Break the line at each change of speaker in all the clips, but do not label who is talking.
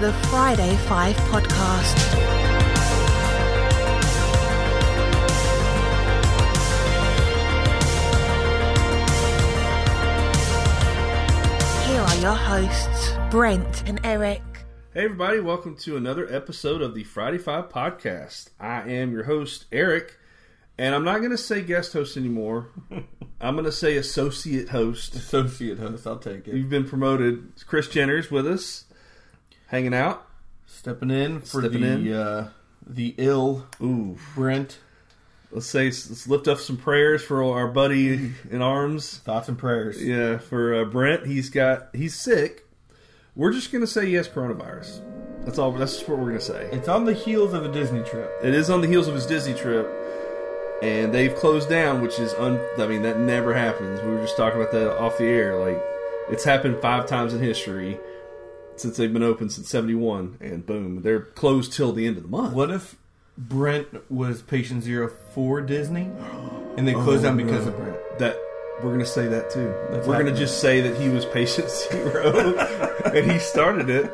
the Friday Five podcast. Here are your hosts, Brent and Eric.
Hey, everybody, welcome to another episode of the Friday Five Podcast. I am your host, Eric, and I'm not going to say guest host anymore. I'm going to say associate host.
associate host. I'll take it.
You've been promoted. Chris Jenner's with us, hanging out.
Stepping in for
Stepping
the
in.
Uh, the ill
Ooh,
Brent.
let's say, let's lift up some prayers for our buddy in arms.
Thoughts and prayers.
Yeah, for uh, Brent, he's got, he's sick. We're just going to say he has coronavirus. That's all, that's just what we're going to say.
It's on the heels of a Disney trip.
It is on the heels of his Disney trip, and they've closed down, which is un. I mean, that never happens. We were just talking about that off the air. Like, it's happened five times in history since they've been open since '71, and boom, they're closed till the end of the month.
What if Brent was patient zero for Disney, and
Oh,
they closed down because of Brent?
That we're gonna say that too.
That's
we're
happening.
gonna just say that he was patient zero, and he started it,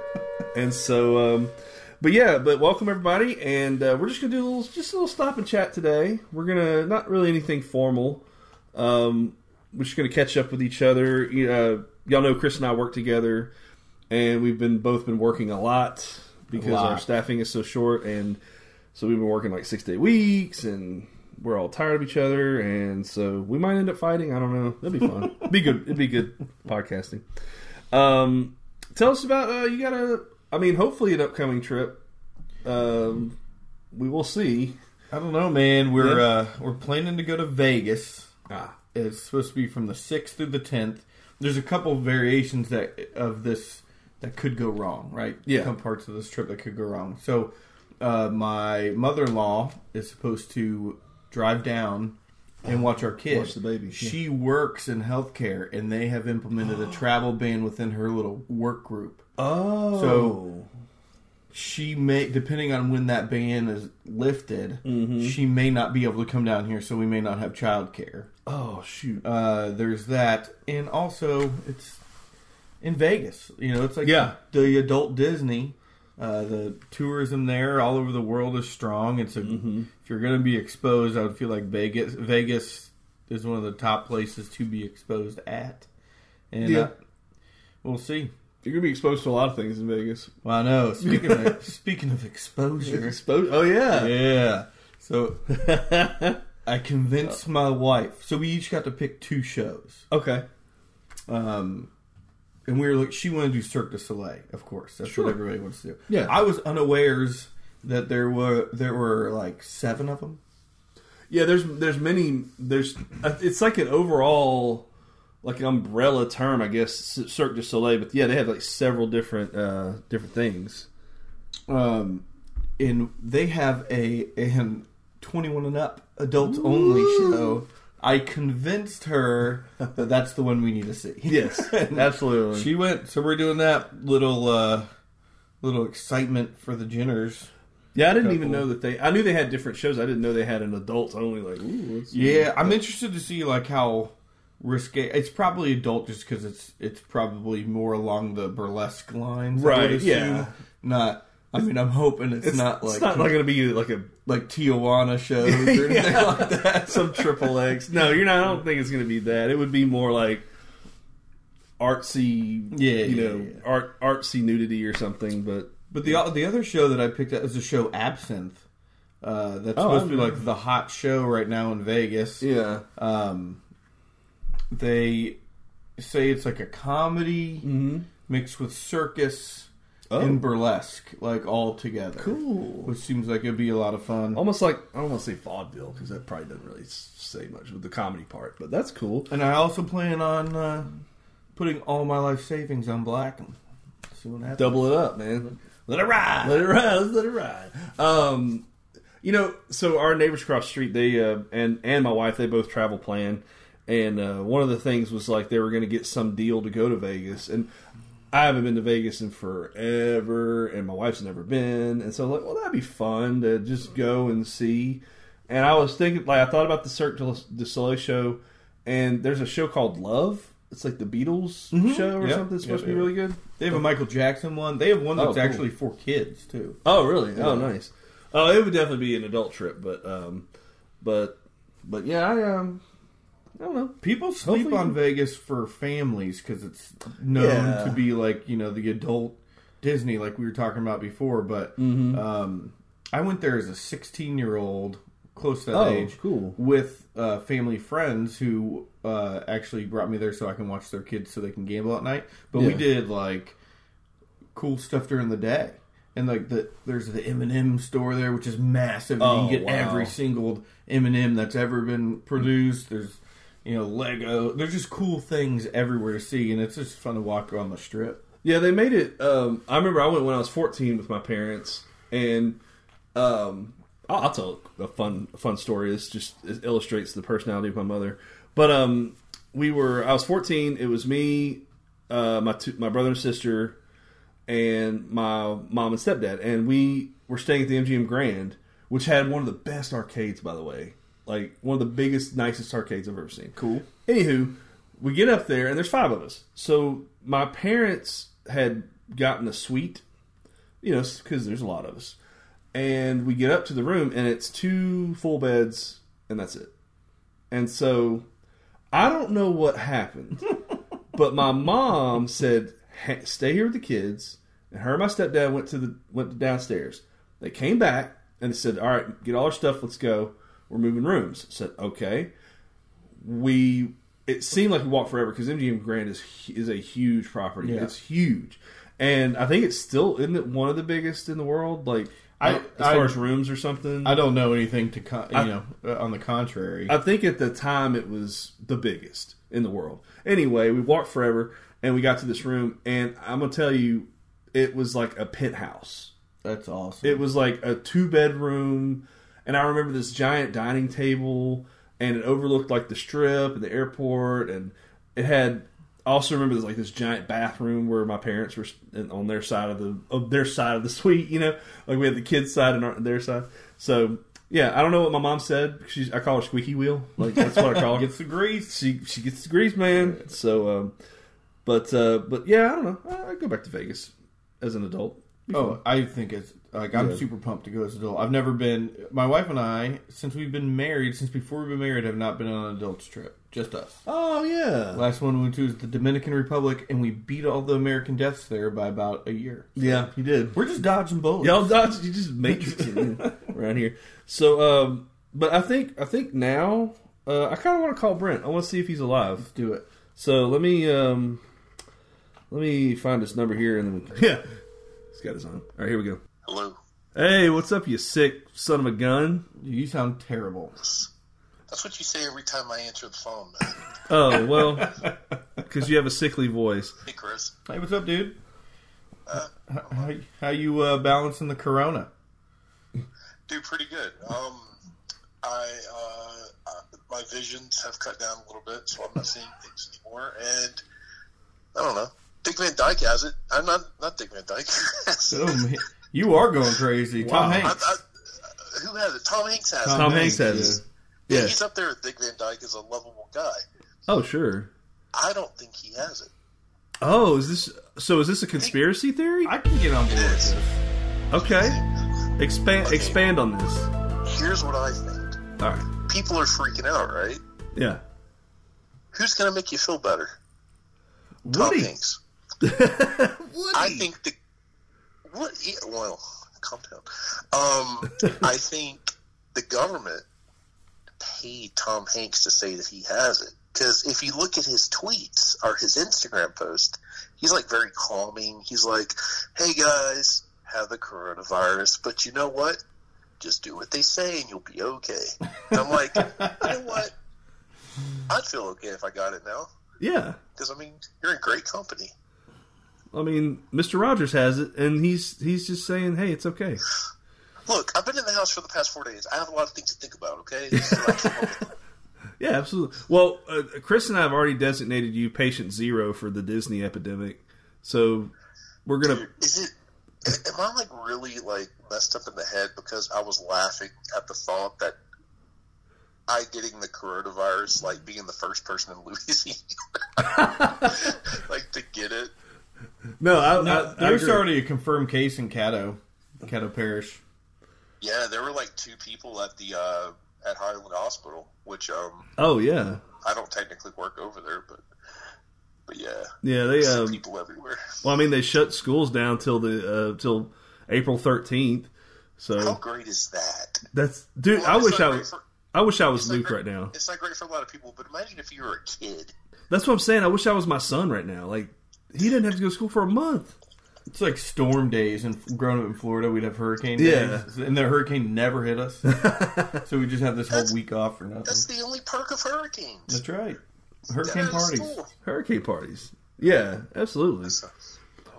and so. um but yeah, but welcome everybody, and uh, we're just gonna do a little, just a little stop and chat today. We're gonna not really anything formal. Um, we're just gonna catch up with each other. You- Uh, y'all know Chris and I work together, and we've been both been working a lot because
lot.
our staffing is so short, and so we've been working like six day weeks, and we're all tired of each other, and so we might end up fighting. I don't know. That'd be fun. It'd be good. It'd be good podcasting. Um, tell us about uh, you got a. I mean, hopefully an upcoming trip. Um, we will see.
I don't know, man. We're
Yeah.
uh, we're planning to go to Vegas.
Ah,
It's supposed to be from the sixth through the tenth. There's a couple variations that of this that could go wrong, right?
Yeah.
Some parts of this trip that could go wrong. So, uh, my mother-in-law is supposed to drive down and watch our kids.
Watch the baby, yeah.
She works in healthcare, and they have implemented a travel ban within her little work group.
oh,
So- She may, depending on when that ban is lifted,
Mm-hmm.
she may not be able to come down here, so we may not have childcare.
oh shoot.
Uh, there's that, and also it's in Vegas. You know, it's like
Yeah.
the adult Disney. Uh, the tourism there all over the world is strong, and so
Mm-hmm.
if you're going to be exposed, I would feel like Vegas. Vegas is one of the top places to be exposed at, and
Yeah.
uh, we'll see.
You're gonna be exposed to a lot of things in Vegas.
Well, I know. Speaking of speaking of exposure,
Exposed? Oh yeah.
yeah. So I convinced my wife. So we each got to pick two shows.
Okay.
Um, and we were like, she wanted to do Cirque du Soleil, of course. That's
Sure.
what everybody wants to do.
Yeah.
I was unawares that there were there were like seven of them.
Yeah, there's there's many there's it's like an overall like an umbrella term, I guess, Cirque du Soleil. But yeah, they have like several different uh different things.
Um, and they have a an twenty one and up adults only show. I convinced her that that's the one we need to see.
Yes, absolutely.
She went, so we're doing that little uh, little excitement for the Jenners.
yeah, I didn't even
Couple.
know that they. I knew they had different shows. I didn't know they had an adult only. Like, ooh, what's-
Yeah, I'm interested to see like how risque. It's probably adult just because it's it's probably more along the burlesque lines, I would
Right,
assume.
yeah.
Not. I mean, I'm hoping it's,
it's
not like
it's not like going to be like a
like Tijuana shows or anything like that.
some triple X. No, you're not. I don't think it's going to be that. It would be more like artsy.
Yeah,
you
yeah,
know,
yeah.
art artsy nudity or something. But
But the the other show that I picked up is the show Absinthe. Uh, that's
Oh,
supposed
I
to be
remember.
like the hot show right now in Vegas.
yeah,
Um, they say it's like a comedy mixed with circus
Oh.
and burlesque, like all together.
cool. Oh.
Which seems like it'd be a lot of fun.
almost like I don't want to say vaudeville because that probably doesn't really s- say much with the comedy part, but that's cool.
And I also plan on uh, putting all my life savings on black. and See what happens.
Double it up, man. Let it ride. Let it ride. Let's let it ride. Um, you know, so our neighbors across the street, they uh, and and my wife, they both travel plan, and uh, one of the things was like they were going to get some deal to go to Vegas, and I haven't been to Vegas in forever, and my wife's never been, and so I'm like, well, that'd be fun to just go and see. And I was thinking, like, I thought about the Cirque du du Soleil show, and there's a show called Love
it's like the Beatles
Mhm.
show or
Yep.
something. It's supposed
Mm-hmm. Yep,
to be
yep.
really good.
They have a Michael Jackson one. They have one
Oh,
that's
cool.
actually for kids too.
Oh, really? Oh,
Yeah.
nice.
Oh, it would definitely be an adult trip, but um, but
But yeah, I um, I don't know.
People sleep
Hopefully-
on Vegas for families because it's known
Yeah.
to be like you know the adult Disney, like we were talking about before. But
Mm-hmm.
um, I went there as a 16 year old, close to that
Oh,
age,
cool.
with uh, family friends who uh, actually brought me there so I can watch their kids so they can gamble at night. But we
Yeah.
did like cool stuff during the day. And like the there's the M and m store there, which is massive. and
Oh,
you can get
wow.
every single M and m that's ever been produced. There's you know Lego. There's just cool things everywhere to see, and it's just fun to walk on the strip.
yeah, they made it. Um, I remember I went when I was fourteen with my parents, and um, I'll, I'll tell a fun a fun story. This just it illustrates the personality of my mother. But um, we were I was fourteen. It was me, uh, my two, my brother and sister, and my mom and stepdad, and we were staying at the MGM Grand, which had one of the best arcades, by the way, like one of the biggest, nicest arcades I've ever seen.
Cool.
Anywho, we get up there, and there's five of us. So my parents had gotten a suite, you know, because there's a lot of us, and we get up to the room, and it's two full beds, and that's it. And so I don't know what happened, but my mom said, "Ha- "Stay here with the kids." And her and my stepdad went to the went downstairs. They came back and they said, "All right, get all our stuff. Let's go. We're moving rooms." I said, "Okay." We it seemed like we walked forever because MGM Grand is hu- is a huge property.
Yeah.
It's huge, and I think it's still isn't it one of the biggest in the world? Like
I-
as far
I-
as rooms or something.
I don't know anything to con- you
I-
know. uh, On the contrary,
I think at the time it was the biggest in the world. Anyway, we walked forever and we got to this room, and I'm gonna tell you, it was like a penthouse.
that's awesome.
It was like a two bedroom, and I remember this giant dining table, and it overlooked like the strip and the airport, and it had. I also remember this like this giant bathroom where my parents were in- on their side of the of their side of the suite, you know, like we had the kids' side and our, their side. So yeah, I don't know what my mom said. She's I call her squeaky wheel, like that's what I call her.
gets the grease.
she she gets the grease, man. So, um, but uh, but yeah, I don't know. I I'd go back to Vegas as an adult.
Oh, I think it's like I'm
Yeah.
super pumped to go as an adult. I've never been. My wife and I, since we've been married, since before we've been married, have not been on an adults trip. Just us.
Oh yeah,
Last one we went to is the Dominican Republic, and we beat all the American deaths there by about a year.
yeah, you did.
We're just dodging bullets.
Y'all dodge. You just matrix it in around here. So, um, but I think I think now uh, I kind of want to call Brent. I want to see if he's alive.
Let's do it.
So let me um, let me find his number here, and then we yeah, he's got his on. All right, here we go.
Hello.
Hey, what's up, you sick son of a gun?
You sound terrible.
That's what you say every time I answer the phone, man.
Oh well, because you have a sickly voice.
Hey, Chris.
Hey, what's up, dude? H- How, how you uh, balancing the corona?
Do pretty good. Um, I, uh, uh, my visions have cut down a little bit, so I'm not seeing things anymore. And I don't know. Dick Van Dyke has it. I'm not not Dick Van Dyke. has it.
Oh, man. You are going crazy. Tom
I,
Hanks.
I, who has it? Tom Hanks has
Tom
it.
Hanks has
yeah.
Yeah,
yeah.
he's up there with Dick Van Dyke as a lovable guy.
Oh sure.
I don't think he has it.
Oh, is this so? Is this a conspiracy theory?
I can get on board with this.
Okay, expand expand on this.
Here's what I think.
All right.
People are freaking out, right?
Yeah.
Who's going to make you feel better? Tom
Woody.
Hanks. I think the what? yeah, Well, calm down. Um, I think the government paid Tom Hanks to say that he has it because if you look at his tweets or his Instagram post, he's like very calming. He's like, "Hey guys, have the coronavirus, but you know what? Just do what they say and you'll be okay." And I'm like, you know what? I'd feel okay if I got it now
Yeah.
because I mean you're in great company.
I mean, Mr. Rogers has it, and he's he's just saying, "Hey, it's okay."
Look, I've been in the house for the past four days. I have a lot of things to think about. Okay, This is what I came up with.
Yeah, absolutely. Well, uh, Chris and I have already designated you patient zero for the Disney epidemic, so we're gonna.
is it? Am I like really like messed up in the head because I was laughing at the thought that I getting the coronavirus, like being the first person in Louisiana, like to get it.
No, I,
No,
I, I
Uh, there's
agree.
already a confirmed case in Caddo, Caddo Parish.
Yeah, there were like two people at the uh, at Highland Hospital, which um,
Oh yeah,
I don't technically work over there, but but yeah,
yeah. They
see
um,
people everywhere.
well, I mean, they shut schools down till the uh, till April thirteenth.
How
So
great is that?
that's dude.
Well,
I
it's
wish
not
I
great
was.
for-
I wish I
it's
was
not
Luke
great-
right now.
It's not great for a lot of people, but imagine if you were a kid.
That's what I'm saying. I wish I was my son right now. Like he didn't have to go to school for a month.
It's like storm days, and growing up in Florida, we'd have hurricane
Yeah.
days, and the hurricane never hit us, so we just had this whole
That's-
week off for nothing.
That's
That's,
the only perk of hurricanes.
right,
Get
hurricane
out of
parties.
school.
Hurricane parties. Yeah, absolutely.
So,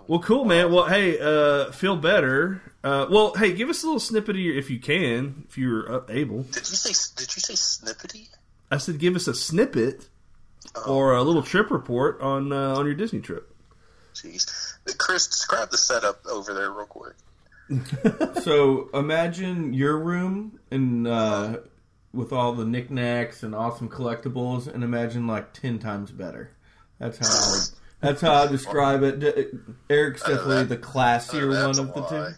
Well, cool, man. Well, hey, uh, feel better. Uh, well, hey, give us a little snippet of your, if you can, if you're uh, able.
did you say did you say snippety?
I said, give us a snippet or a little trip report on uh, on your Disney trip.
Jeez, Chris, describe the setup over there real quick.
So imagine your room and uh, with all the knickknacks and awesome collectibles, and imagine like ten times better. That's how. I would, that's how I describe it. D- Eric's definitely the classier
That's
one
a
of the
lie.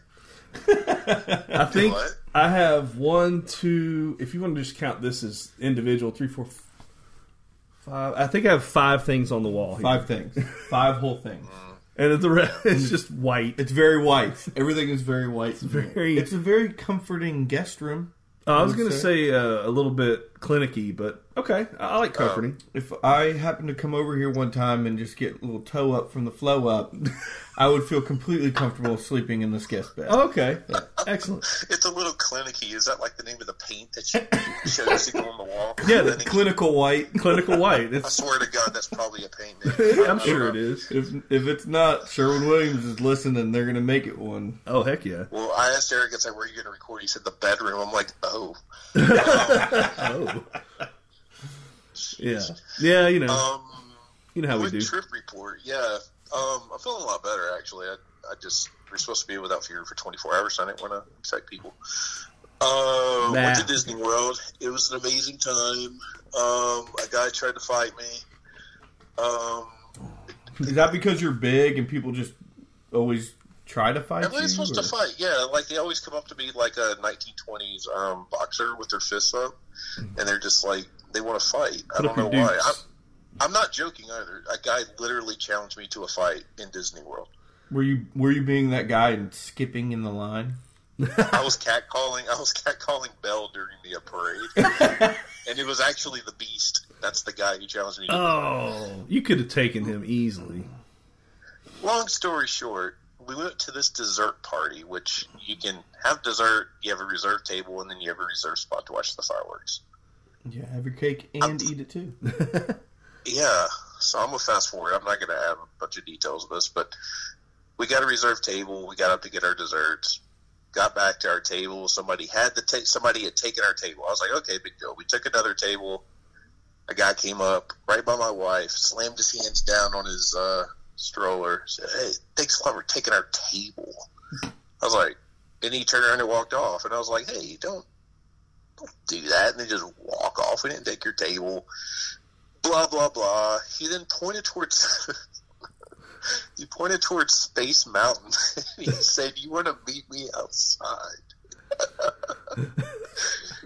two.
I think
what?
I have one, two. If you want to just count this as individual, three, four, f- five. I think I have five things on the wall, here.
Five things, five whole things.
Mm.
and the rest it's just white.
It's very white. Everything is very white. It's
very-
It's a very comforting guest room.
Uh, I was
would
gonna
say-
say uh, a little bit clinicky, but okay, I, I like comforting.
If I happened to come over here one time and just get a little toe up from the flow up, I would feel completely comfortable sleeping in this guest bed.
okay, excellent.
It's a little clinicky. Is that like the name of the paint that you shows you on the wall?
Yeah, the
I, think-
Clinical white.
Clinical white.
I
It's,
swear to God, that's probably a paint name.
I'm sure it is.
If if it's not, Sherwin Williams is listening. They're gonna make it one.
Oh heck yeah!
Well, I asked Eric, I said, where are you going to record? He said, the bedroom. I'm like, oh.
Oh. Yeah, yeah. You know,
Um,
you know how we do.
Quick trip report. Yeah, um, I'm feeling a lot better actually. I, I just we're supposed to be without fear for 24 hours. So I didn't want to excite people. Uh, Went to
Nah.
Disney World. It was an amazing time. Um, a guy tried to fight me. Um,
Is that because you're big and people just always try to fight you?
everybody's supposed
or-
to fight. Yeah, like they always come up to be like a 1920s um, boxer with their fists up, and they're just like they want to fight. I
Put
don't
up your
know why. I'm,
dukes.
I'm not joking either. A guy literally challenged me to a fight in Disney World.
Were you were you being that guy and skipping in the line?
I was catcalling. I was catcalling Bell during the uh, parade, and it was actually the Beast. That's the guy who challenged me. to
Oh, you could have taken him easily.
Long story short, we went to this dessert party, which you can have dessert. You have a reserved table, and then you have a reserved spot to watch the fireworks.
Yeah, have your cake and eat it too.
Yeah, so I'm gonna fast forward. I'm not gonna have a bunch of details of this, but we got a reserved table. We got up to get our desserts. Got back to our table. Somebody had the ta- somebody had taken our table. I was like, okay, big deal. We took another table. A guy came up right by my wife, slammed his hands down on his uh, stroller, said, "Hey, thanks a lot for taking our table." I was like, and he turned around and walked off. And I was like, hey, don't don't do that. And then just walk off. We didn't take your table blah blah blah. He then pointed towards he pointed towards Space Mountain. he said, "You want to meet me outside?"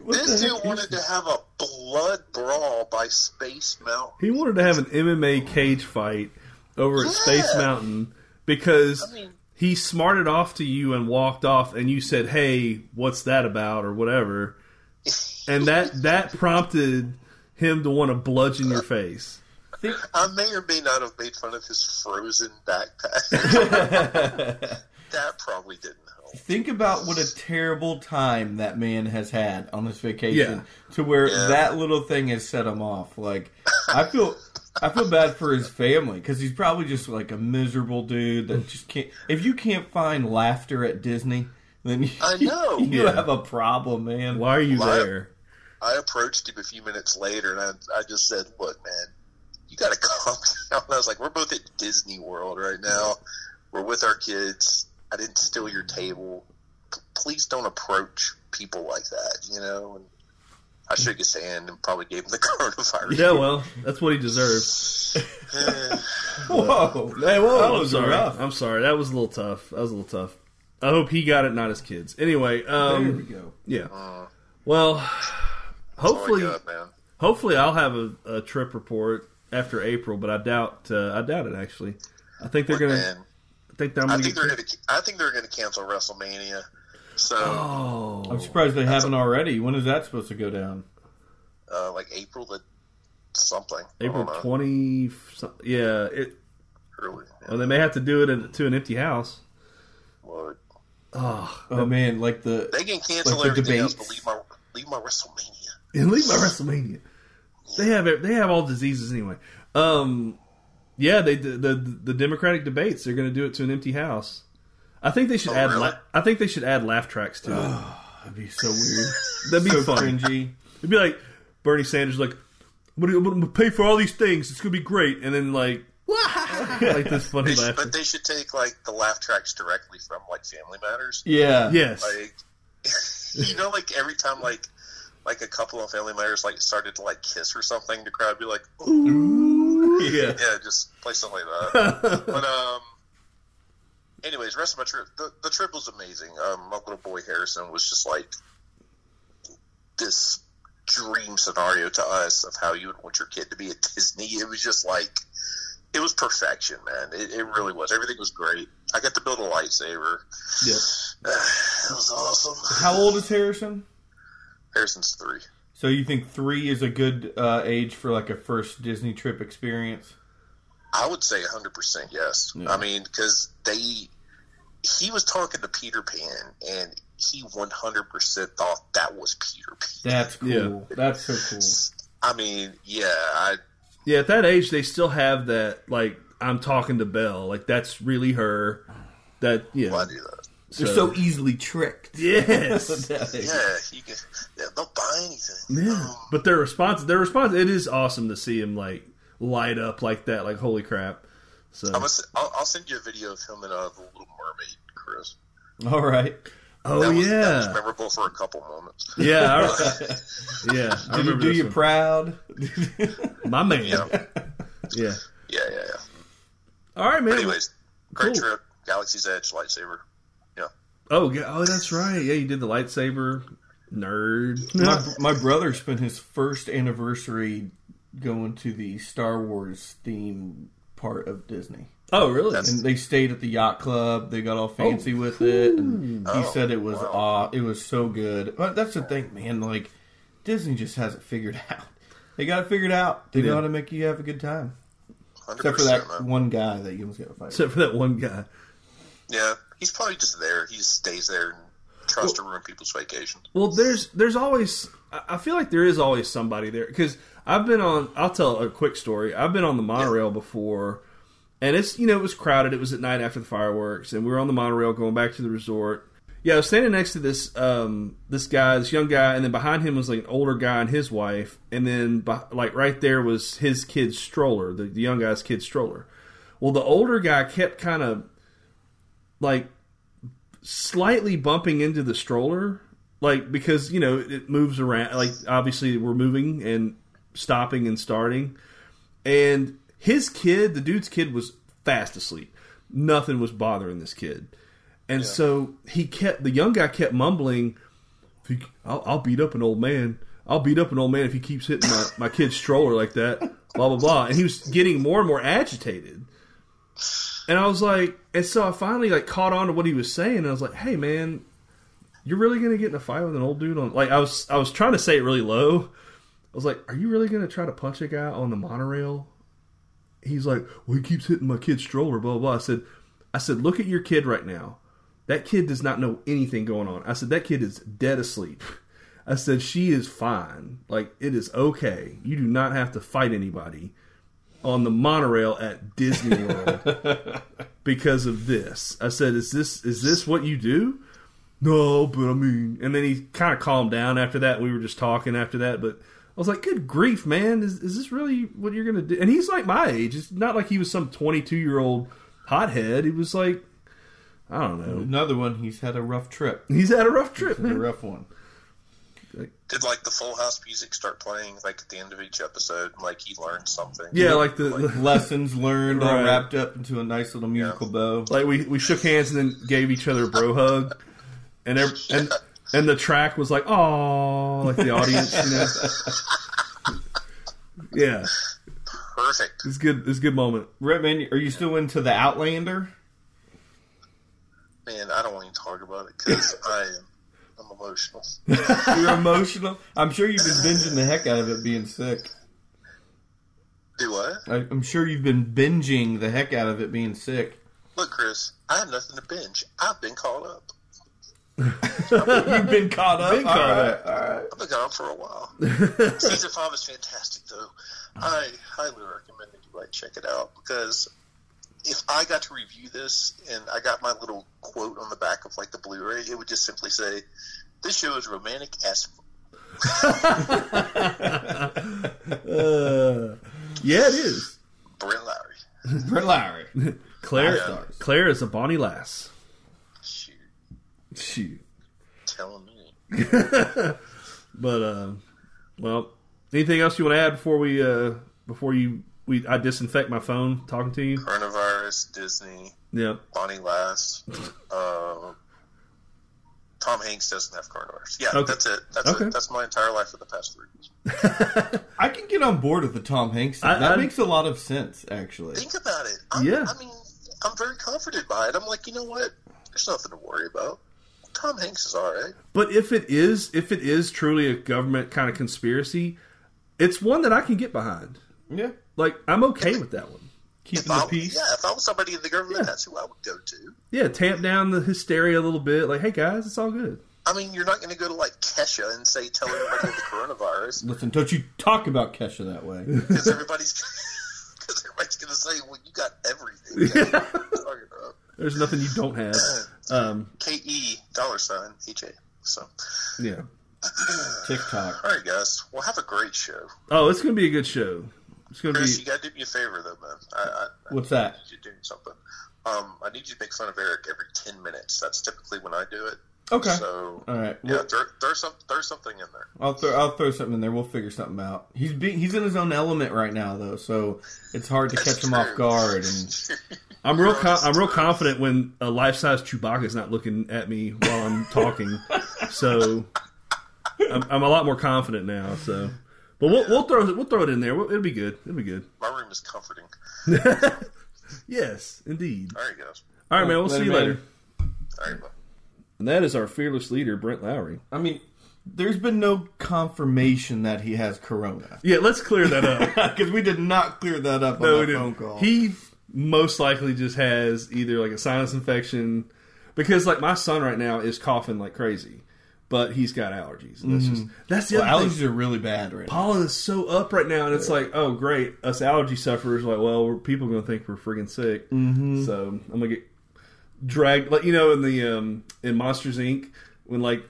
this dude wanted to have a blood brawl by Space Mountain.
He wanted to have an MMA cage fight over at Space
Yeah.
Mountain because
I mean-
he smarted off to you and walked off, and you said, "Hey, what's that about?" or whatever, and that that prompted him to want to bludgeon your face.
I may or may not have made fun of his frozen backpack. that probably didn't help.
Think about what a terrible time that man has had on this vacation
Yeah.
to where that little thing has set him off. Like I feel I feel bad for his family cuz he's probably just like a miserable dude that just can't If you can't find laughter at Disney, then you,
I know.
you
Yeah.
have a problem, man.
Why are you
Why-
there?
I approached him a few minutes later, and I, I just said, "Look, man, you got to calm down." I was like, "We're both at Disney World right now. We're with our kids. I didn't steal your table. P- please don't approach people like that, you know." And I shook his hand and probably gave him the coronavirus.
Yeah, well, that's what he deserves.
Eh,
Whoa. Hey, whoa.
I'm sorry. I'm sorry. That was a little tough. That was a little tough. I hope he got it, not his kids. Anyway,
There we
um,
go.
yeah.
Uh,
Well, hopefully,
oh my God, man.
hopefully I'll have a, a trip report after April, but I doubt, uh, I doubt it actually. I think they're gonna.
Man,
I think that I'm
I
gonna.
think
Get,
they're going to. I think they're going to cancel WrestleMania. So
oh,
I'm surprised they haven't already. When is that supposed to go down?
uh, like April the something.
Oh. April
I don't know,
twenty. Yeah, it.
really.
Well, they may have to do it in, to an empty house.
Lord.
Oh,
Oh man, like the
They can cancel
Like the
everything else, but
debates.
leave my leave my WrestleMania.
and leave my WrestleMania. They have they have all diseases anyway. Um, yeah, they the the, the Democratic debates. They're going to do it to an empty house. I think they should
Oh,
add.
really?
La- I think they should add laugh tracks to it.
that'd be so weird.
That'd be
so
fun.
cringy.
It'd be like Bernie Sanders, like I'm gonna, I'm gonna pay for all these things. It's gonna be great, and then like like this funny
They should,
laugh.
but they should take like the laugh tracks directly from like Family Matters.
Yeah.
Yes,
Like you know, like every time like like a couple of Family Matters like started to like kiss or something, the crowd would be like, "Ooh,
yeah.
yeah, just play something like that." but um, anyways, rest of my trip, the, the trip was amazing. Um, my little boy Harrison was just like this dream scenario to us of how you would want your kid to be at Disney. It was just like it was perfection, man. It, it really was. Everything was great. I got to build a lightsaber.
Yep.
That was awesome.
How old is Harrison?
Harrison's three.
So you think three is a good uh, age for like a first Disney trip experience?
I would say 100% yes.
Yeah.
I mean, because they, he was talking to Peter Pan, and he 100% thought that was Peter Pan.
That's cool.
Yeah.
That's so cool.
I mean, yeah, I,
Yeah, at that age, they still have that like I'm talking to Belle, like that's really her. That yeah,
well, I do that.
They're so easily tricked.
yes,
Yeah, he can, yeah, they'll buy anything. Um,
yeah. But their response, their response, it is awesome to see him like light up like that, like holy crap. So
I'm gonna, s- I'll, I'll send you a video of him in uh, The Little Mermaid, Chris.
All right.
oh
that was,
yeah,
That was memorable for a couple moments.
yeah, I, re- yeah. I
Did you
remember
do
this
you
one.
proud?
my man.
Yeah.
Yeah.
Yeah, yeah, yeah.
All right, man.
But anyways, great
Cool.
trip. Galaxy's Edge lightsaber. Yeah.
Oh yeah. Oh, that's right. Yeah, you did the lightsaber nerd.
My, my brother spent his first anniversary going to the Star Wars theme part of Disney.
Oh really?
And they stayed at the yacht club. They got all fancy with it. And he
Oh,
said it was
wow.
aw, it was so good. But that's the thing, man. Like Disney just has it figured out. They got it figured out. They know how to make you have a good time.
100%,
Except for that
man.
one guy that you almost got a fight.
Except for that one guy.
Yeah, he's probably just there. He just stays there and tries to ruin people's vacation.
Well, there's there's always I I feel like there is always somebody there because I've been on. I'll tell a quick story. I've been on the monorail before, and it's you know it was crowded. It was at night after the fireworks, and we were on the monorail going back to the resort. Yeah, I was standing next to this um, this guy, this young guy, and then behind him was like an older guy and his wife, and then beh- like right there was his kid's stroller, the, the young guy's kid's stroller. Well, the older guy kept kind of like slightly bumping into the stroller, like because you know it moves around. Like obviously we're moving and stopping and starting, and his kid, the dude's kid, was fast asleep. Nothing was bothering this kid, and so he kept the young guy kept mumbling, "If he- I'll, "I'll beat up an old man. I'll beat up an old man if he keeps hitting my my kid's stroller like that." Blah blah blah, and he was getting more and more agitated. And I was like, and so I finally like caught on to what he was saying. And I was like, hey man, you're really gonna get in a fight with an old dude on like I was I was trying to say it really low. I was like, are you really gonna try to punch a guy on the monorail? He's like, well, he keeps hitting my kid's stroller, blah blah. blah. I said, I said, look at your kid right now. That kid does not know anything going on. I said that kid is dead asleep. I said she is fine. Like it is okay. You do not have to fight anybody on the monorail at Disney World because of this. I said, "Is this is this what you do?" No, but I mean, and then he kind of calmed down after that. We were just talking after that, but I was like, "Good grief, man! Is is this really what you're gonna do?" And he's like my age. It's not like he was some 22 year old hothead. He was like, I don't know.
Mm-hmm. Another one. He's had a rough trip.
He's had a rough trip,
A
man.
rough one.
Like,
Did like the Full House music start playing like at the end of each episode? And, like he learned something.
yeah, like the,
Lessons learned, all
Right.
wrapped up into a nice little musical bow.
like we, we shook hands and then gave each other a bro hug, and ev- and and the track was like oh like the audience, you know. yeah,
Perfect.
it's good. It's a good moment.
Redman, are you still into the Outlander?
Man, I don't want to talk about it because I am I'm emotional.
You're emotional. I'm sure you've been binging the heck out of it being sick.
Do I?
I, I'm sure you've been binging the heck out of it being sick.
Look, Chris, I have nothing to binge. I've been caught up.
You've been caught up.
Been caught
All right.
up.
I've been gone for a while. Season five is fantastic, though. I highly recommend that you like check it out because if I got to review this and I got my little quote on the back of like the Blu-ray, it would just simply say, "This show is romantic as." f-"
Uh, yeah, it is.
Brent Lowry.
Brett Lowry.
Claire
Yeah.
Claire is a Bonnie lass.
Shoot,
Shoot.
telling me.
But um, well, anything else you want to add before we uh before you we I disinfect my phone talking to you?
Coronavirus, Disney,
Yeah.
Bonnie Lass. Uh, Tom Hanks doesn't have coronavirus. Yeah,
Okay.
that's it. That's
Okay.
it. That's my entire life for the past three years.
I can get on board with the Tom Hanks. thing.
I-
that
I-
makes a lot of sense, actually.
think about it. I'm,
Yeah.
I mean, I'm very comforted by it. I'm like, you know what? There's nothing to worry about. Tom Hanks is all right.
But if it is if it is truly a government kind of conspiracy, it's one that I can get behind.
Yeah,
Like I'm okay with that one.
keeping
If I,
the peace.
Yeah, if I was somebody in the government, that's who I would go to.
Yeah, tamp down the hysteria a little bit. Like, hey guys, it's all good.
I mean, you're not going to go to like Kesha and say, tell everybody the coronavirus
Listen, don't you talk about Kesha that way.
because everybody's because everybody's going to say, well, you got everything. Yeah. Talking about
There's nothing you don't have. Um,
K E dollar sign H A. So,
yeah.
TikTok.
all right, guys. Well, have a great show.
Oh, it's gonna be a good show. It's gonna
Chris,
be.
you got to do me a favor though, man. I, I, I
What's that?
you're doing something. Um, I need you to make fun of Eric every ten minutes. That's typically when I do it.
Okay.
So
All right.
yeah,
Well,
throw, throw some throw something in there.
I'll throw I'll throw something in there. We'll figure something out. He's be, he's in his own element right now though, so it's hard to catch him off guard. And
I'm real. Con- I'm real confident when a life size Chewbacca's not looking at me while I'm talking. so I'm, I'm a lot more confident now. So, but we'll, we'll throw we'll throw it in there. We'll, it'll be good. It'll be good.
My room is comforting.
Yes, indeed.
All right, guys.
All right, man. We'll
Later,
see you
man.
later.
All right, bye.
And that is our fearless leader, Brent Lowry.
I mean, there's been no confirmation that he has corona
Yeah, let's clear that up.
because we did not clear that up
No,
on
we
the
didn't.
phone call.
He most likely just has either like a sinus infection, because like my son right now is coughing like crazy, but he's got allergies. And That's just that's the
Well,
other thing.
allergies are really bad right now.
pollen is so up right now, and it's like, oh great, us allergy sufferers, like, well, we're, people are gonna think we're friggin' sick. Mm-hmm. So I'm gonna get dragged, like you know, in the um, in Monsters Inc. when like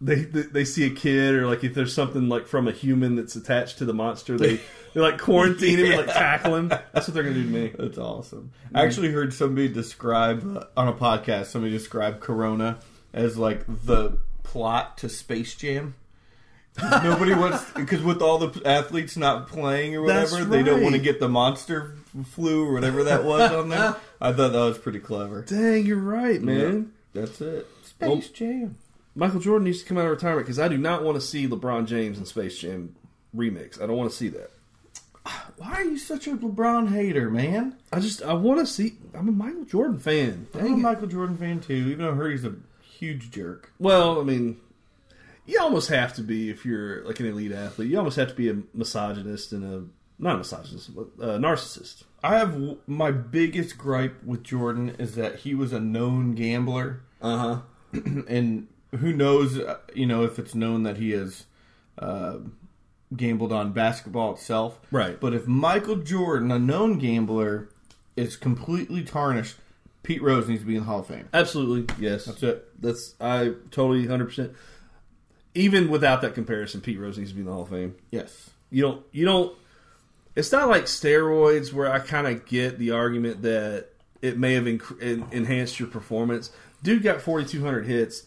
they, they they see a kid or like if there's something like from a human that's attached to the monster, they they like quarantine him and like tackle him. That's what they're gonna do to me.
That's awesome.
Mm-hmm.
I actually heard somebody describe uh, on a podcast. Somebody described Corona as like the plot to Space Jam. Nobody wants because with all the athletes not playing or
That's
whatever, they don't want to
right.
get the monster flu or whatever that was on there. I thought that was pretty clever.
Dang, you're right, man.
That's it. Space
Well-
Jam.
Michael Jordan needs to come out of retirement because I do not want to see LeBron James in Space Jam remix. I don't want to see that.
Why are you such a LeBron hater, man?
I just I want to see. I'm a Michael Jordan fan.
I'm a
Dang it.
Michael Jordan fan too, even though I heard he's a huge jerk.
Well, I mean, you almost have to be if you're like an elite athlete. You almost have to be a misogynist and a not a misogynist, but a narcissist.
I have w- my biggest gripe with Jordan is that he was a known gambler,
Uh huh.
and who knows, uh, you know, if it's known that he has uh, gambled on basketball itself,
Right.
But if Michael Jordan, a known gambler, is completely tarnished, Pete Rose needs to be in the Hall of Fame.
Absolutely. Yes. That's
it.
That's I totally hundred percent. Even without that comparison, Pete Rose needs to be in the Hall of Fame.
Yes,
You don't. You don't. It's not like steroids where I kind of get the argument that it may have inc- en- enhanced your performance. Dude got forty two hundred hits,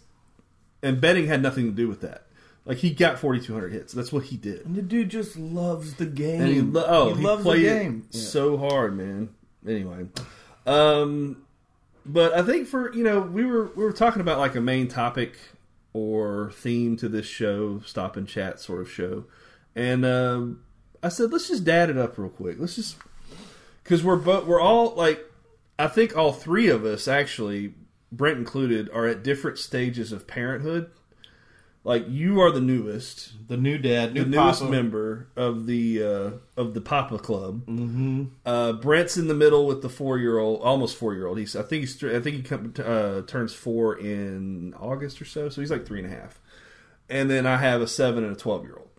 and betting had nothing to do with that. Like he got 4,200 hits. That's what he did.
And the dude just loves the game.
And he, lo- oh, he,
Mm. loves the
played it
game.
so hard, man. Anyway, um, but I think for you know we were we were talking about like a main topic or theme to this show, stop and chat sort of show, and um, I said let's just dad it up real quick. Let's just because we're both we're all like I think all three of us actually, Brent included, are at different stages of parenthood. Like you are the newest,
the new dad, new
the newest
papa.
member of the uh, of the Papa Club. Mm-hmm. Uh, Brent's in the middle with the four year old, almost four year old. He's I think he's th- I think he come, uh, turns four in August or so, so he's like three and a half. And then I have a seven and a twelve year old,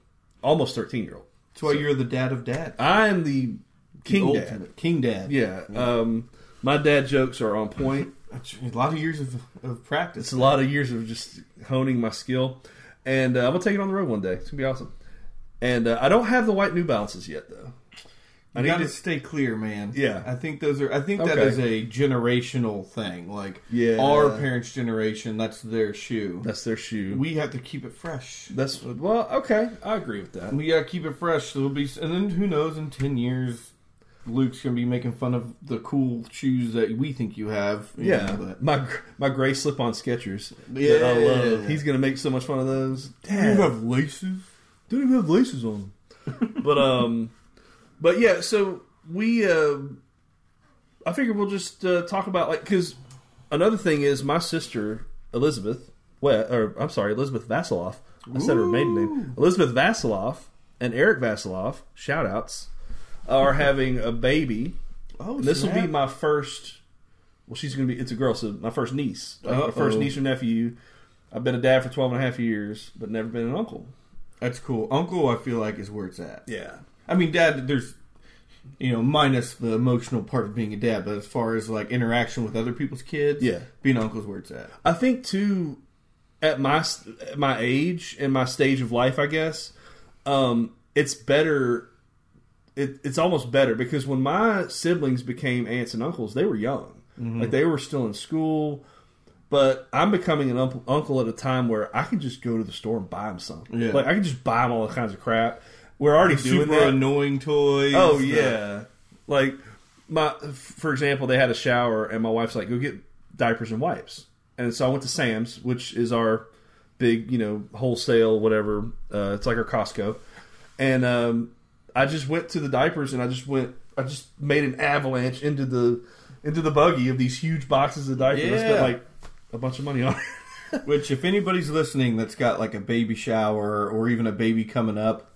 almost thirteen year old.
That's why you're the dad of dads.
I am the king
Ultimate
dad.
King dad.
Yeah, um, my dad jokes are on point.
A lot of years of, of
It's
practice.
a lot of years of just honing my skill, and uh, I'm gonna take it on the road one day. It's gonna be awesome. And uh, I don't have the white New Balances yet, though. I
You
need
gotta
to.
stay clear, man.
Yeah.
I think those are. I think that
Okay.
is a generational thing. Like,
Yeah.
our parents' generation, that's their shoe.
That's their shoe.
we have to keep it fresh.
That's well, okay. I agree with that.
We gotta keep it fresh. There'll be, and then who knows? In ten years, Luke's gonna be making fun of the cool shoes that we think you have. you
Yeah,
know, but-
my gr- my gray slip on Skechers. Yeah,
Yeah.
I love. He's gonna make so much fun of those. Damn,
you have laces.
don't even have laces on them. but um, but yeah. So we, uh, I figure we'll just uh, talk about like because another thing is my sister Elizabeth, well, or I'm sorry, Elizabeth Vasiloff. I said her maiden name, Elizabeth Vasiloff, and Eric Vasiloff. Shout outs are having a baby.
Oh,
And this will be
snap.
my first. Well, she's going to be. It's a girl, so my first niece. Like my
Uh-oh.
first niece or nephew. I've been a dad for 12 and a half years, but never been an uncle.
That's cool. Uncle, I feel like is where it's at.
Yeah.
I mean, dad, there's, you know, minus the emotional part of being a dad, but as far as like interaction with other people's kids,
Yeah.
being uncle's where it's at.
I think too, at my st- at my age and my stage of life, I guess, um, it's better. It, it's almost better because when my siblings became aunts and uncles, they were young,
Mm-hmm.
like they were still in school. But I'm becoming an uncle, uncle at a time where I can just go to the store and buy them something.
Yeah.
Like I can just buy them all kinds of crap. We're already doing
Super
that.
annoying toys.
Oh
the-
yeah, like my for example, they had a shower, and my wife's like, "Go get diapers and wipes." And so I went to Sam's, which is our big, you know, wholesale whatever. Uh, it's like our Costco, and um, I just went to the diapers, and I just went, I just made an avalanche into the into the buggy of these huge boxes of diapers. I spent
Yeah.
like a bunch of money on. it.
Which, if anybody's listening that's got like a baby shower or even a baby coming up,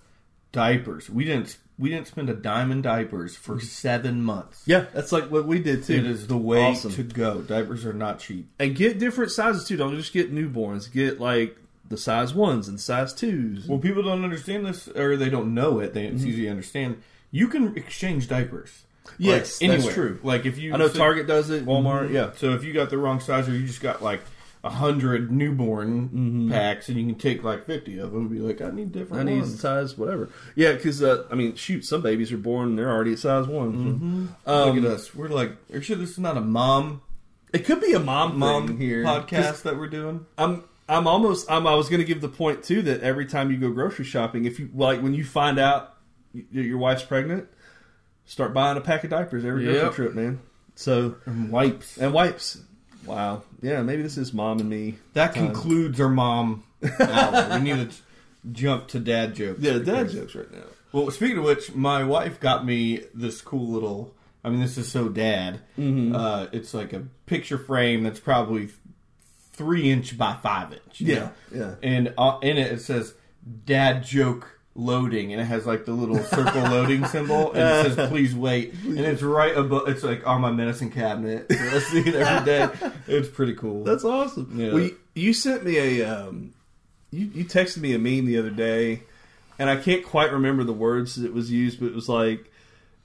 diapers. We didn't we didn't spend a dime in diapers for seven months.
yeah, that's like what we did too.
It is the way
Awesome.
to go. Diapers are not cheap.
and get different sizes too. Don't just get newborns. Get like the size ones and size twos.
Well, people don't understand this, or they don't know it. They it's easy to understand. You can exchange diapers.
Yes,
like,
that's
anywhere.
true.
Like if you,
I know
so-
Target does it, Mm-hmm. Walmart. Yeah,
So if you got the wrong size, or you just got like a hundred newborn packs, and you can take like fifty of them, and be like, Mm-hmm. I need different
I need
ones.
size whatever. Yeah, because uh, I mean, shoot, some babies are born and they're already at size one.
Mm-hmm. Look at us. We're like, are you sure this is not a mom
It could be a mom
mom
thing here
podcast that we're doing?
I'm I'm almost I'm, I was going to give the point too that every time you go grocery shopping, if you like when you find out y- that your wife's pregnant, start buying a pack of diapers every
Yep.
grocery trip, man. So
Wipes.
and wipes. Wow. Yeah, maybe this is mom and me.
That concludes our mom hour. we need to jump to dad jokes.
Yeah, dad
because-
jokes right now.
Well, speaking of which, my wife got me this cool little. I mean, this is so dad.
Mm-hmm.
Uh, it's like a picture frame that's probably three inch by five inch. you
Yeah, yeah.
And uh, in it, it says "dad joke loading," and it has like the little circle loading symbol, and it says "please wait," and it's right above. It's like on my medicine cabinet. So I see it every day. It's pretty cool.
That's awesome.
Yeah.
Well, you, you sent me a um, you you texted me a meme the other day, and I can't quite remember the words that was used, but it was like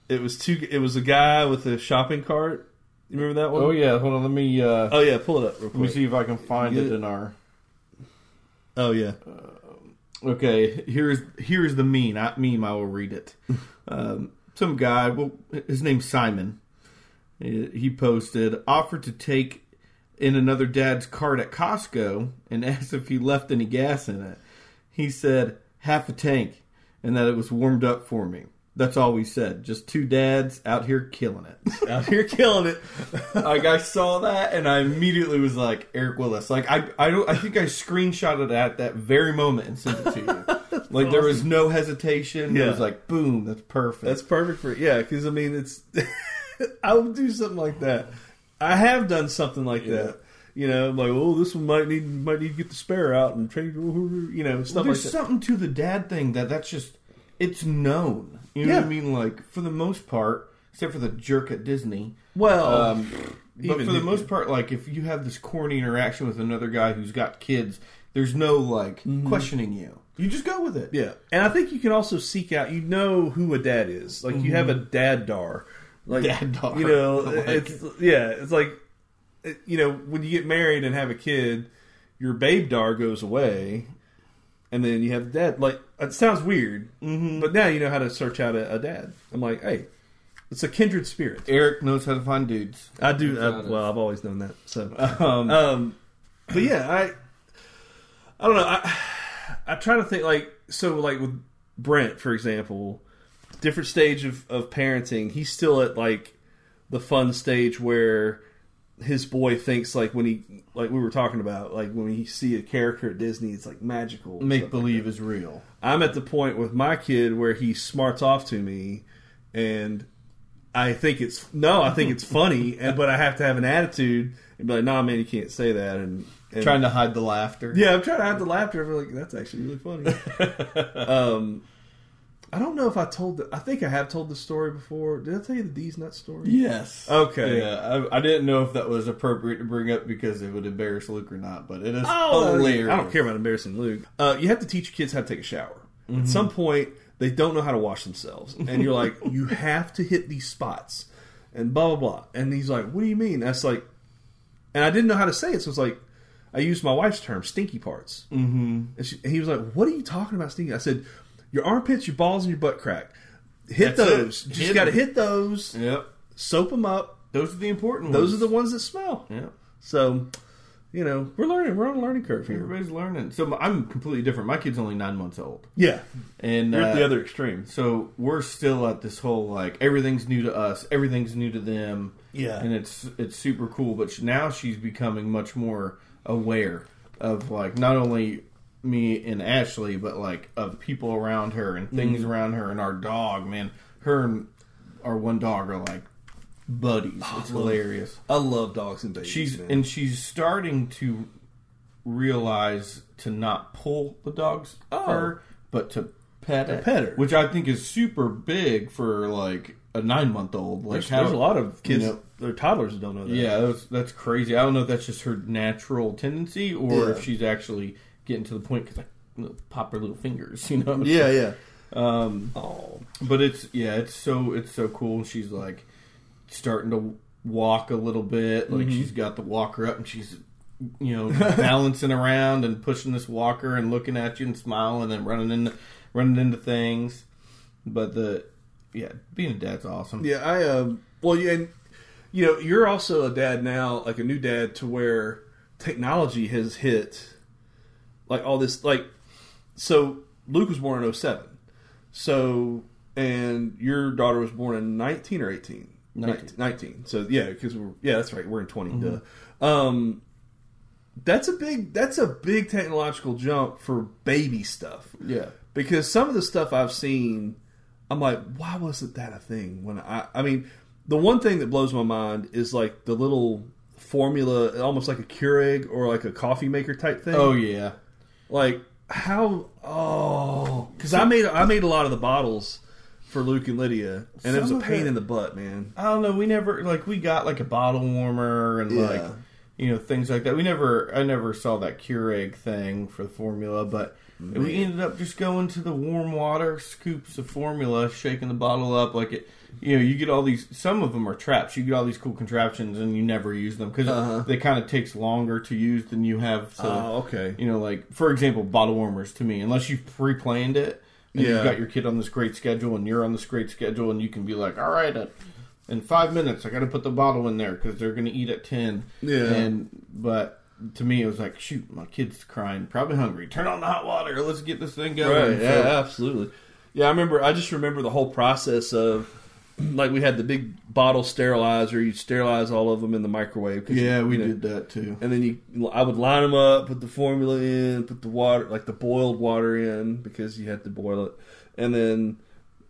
it was two. It was a guy with a shopping cart. You remember that one?
oh yeah. Hold on. Let me. Uh,
Oh yeah, pull it up real
let me
quick.
see if I can find
Get
it
it.
in our.
Oh yeah,
Okay, here's here's the meme. I, meme. I will read it. Um, some guy. Well, his name's Simon. He he posted offered to take in another dad's cart at Costco and asked if he left any gas in it. He said half a tank, and that it was warmed up for me. That's all we said. Just two dads out here killing it.
Out here Oh, killing it.
like I saw that, and I immediately was like Eric Willis. Like I, I don't. I think I screenshotted at that very moment and sent it to you. Like there was no hesitation. It
Yeah.
was like boom. That's perfect.
That's perfect for yeah, because I mean it's I would do something like that. I have done something like that. You know, I'm like oh, this one might need might need to get the spare out and change. You know, stuff like
There's
that.
something to the dad thing that that's just it's known. You know what I
Yeah.
mean? Like for the most part, except for the jerk at Disney.
well,
Um, but
even
for the
if-
most part, like if you have this corny interaction with another guy who's got kids, there's no like questioning you. Mm-hmm. You just go with it.
yeah, and I think you can also seek out. You know who a dad is. Like you have a dad dar. Like
Mm-hmm. Dad dar. Oh
You know,
I like
it's yeah, it's like it- you know when you get married and have a kid, your babe dar goes away. And then you have dad. Like it sounds weird,
Mm-hmm.
but now you know how to search out a, a dad. I'm like, hey, it's a kindred spirit.
Eric knows how to find dudes.
I do. I, well, I've always known that. So, um, but yeah, I, I don't know. I, I try to think like so, like with Brent, for example, different stage of of parenting. He's still at like the fun stage where his boy thinks like when he like we were talking about like when he see a character at Disney, it's like magical.
Make believe is real.
I'm at the point with my kid where he smarts off to me, and I think it's no, I think it's funny, and but I have to have an attitude and be like, "Nah, man, you can't say that." And, and
Trying to hide the laughter.
yeah, I'm trying to have the laughter. I'm like, "That's actually really funny." um, I don't know if I told. The, I think I have told the story before. Did I tell you the D's nut story?
Yes.
Okay.
Yeah, I, I didn't know if that was appropriate to bring up because it would embarrass Luke or not, but it is
Oh,
hilarious.
I don't care about embarrassing Luke. Uh, you have to teach kids how to take a shower.
Mm-hmm.
At some point, they don't know how to wash themselves, and you're like, you have to hit these spots, and blah blah blah. And he's like, what do you mean? That's like, and I didn't know how to say it, so it's like, I used my wife's term, stinky parts. Mm-hmm. And, she, and he was like, what are you talking about, stinky? I said, your armpits, your balls, and your butt crack. Hit
That's it.
those. You
Hit
Just got to
'em.
hit those.
Yep.
Soap them up.
Those are the important
Those are
ones.
the ones that smell.
the Yeah.
So, you know, we're learning. We're on a learning curve here.
Everybody's learning. So my- I'm completely different. My kid's only nine months old,
Yeah,
and
you're
uh,
at the other extreme.
So we're still at this whole like everything's new to us, everything's new to them.
Yeah.
and it's it's super cool. But sh- now she's becoming much more aware of like not only me and Ashley, but like of people around her and things
Mm-hmm.
around her and our dog. Man, her and our one dog are like buddies. it's hilarious.
I love dogs and babies.
She's
man.
and she's starting to realize to not pull the dog's fur, but to pet it,
Oh. pet her.
which I think is super big for like a nine month old. Like
there's,
how-
there's a lot of kids,
you know,
they're toddlers that don't know that.
yeah, that's, that's crazy. I don't know if that's just her natural tendency or
Yeah.
if she's actually getting to the point because like you know, pop her little fingers, you know.
yeah, yeah. Um, oh,
But it's yeah, it's so it's so cool. She's like starting to walk a little bit. Like she's got the walker up and she's you know balancing around and pushing this walker and looking at you and smiling and running into running into things. But the yeah, being a dad's awesome.
yeah. I um, well, you and you know, you're also a dad now, like a new dad, to where technology has hit, like all this, like so. Luke was born in 07. so and your daughter was born in nineteen or eighteen.
19.
19. So yeah, because we're yeah, that's right. We're in 20 Duh. Um, that's a big that's a big technological jump for baby stuff.
Yeah.
Because some of the stuff I've seen, I'm like, why wasn't that a thing when I I mean, the one thing that blows my mind is like the little formula almost like a Keurig or like a coffee maker type thing.
Oh yeah.
Like how oh cuz I made I made a lot of the bottles for Luke and Lydia and it was a
Some of
pain
it-
in the butt, man.
I don't know. We never like we got like a bottle warmer and like
Yeah.
you know things like that. We never I never saw that Keurig thing for the formula, but we ended up just going to the warm water scoops of formula, shaking the bottle up like it. You know, you get all these. Some of them are traps. You get all these cool contraptions, and you never use them because they kind of takes longer to use than you have. To,
Uh-huh. Oh, okay.
You know, like for example, bottle warmers to me, unless you've pre-planned it. And
Yeah.
you've got your kid on this great schedule, and you're on this great schedule, and you can be like, "All right, uh, in five minutes, I got to put the bottle in there because they're going to eat at 10.
Yeah.
and but to me, it was like, shoot, my kid's crying, probably hungry. Turn on the hot water. Let's get this thing going.
Right. Yeah, absolutely. Yeah, I remember. I just remember the whole process of like we had the big bottle sterilizer. You sterilize all of them in the microwave. 'cause
So,
you-
yeah,
you
we
know,
did that too.
And then you, I would line them up, put the formula in, put the water, like the boiled water in, because you had to boil it, and then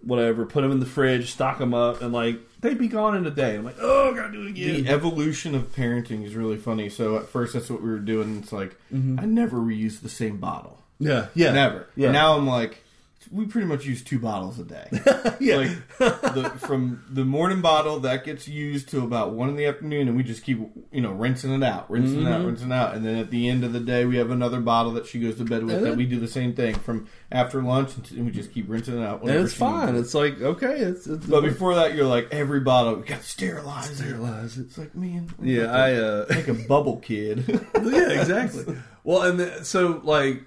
whatever, put them in the fridge, stock them up, and like they'd be gone in a day. I'm like, oh, I gotta do it again.
The evolution of parenting is really funny. So at first, that's what we were doing. It's like
Mm-hmm.
I never reuse the same bottle.
yeah, yeah,
Never.
Yeah.
Now I'm like, we pretty much use two bottles a day.
Yeah.
Like the, from the morning bottle that gets used to about one in the afternoon, and we just keep you know rinsing it out, rinsing
Mm-hmm.
it out, rinsing it out, and then at the end of the day we have another bottle that she goes to bed with
And
that
it-
we do the same thing from after lunch, and t- and we just keep rinsing it out.
and
whenever
it's
she needs
fine.
it.
It's like okay, it's, it's
But before that, you're like every bottle we got sterilized.
Sterilize it.
It's like man, I'm
yeah,
like a-
I uh,
like a bubble kid.
yeah, exactly. Well, and the, so like,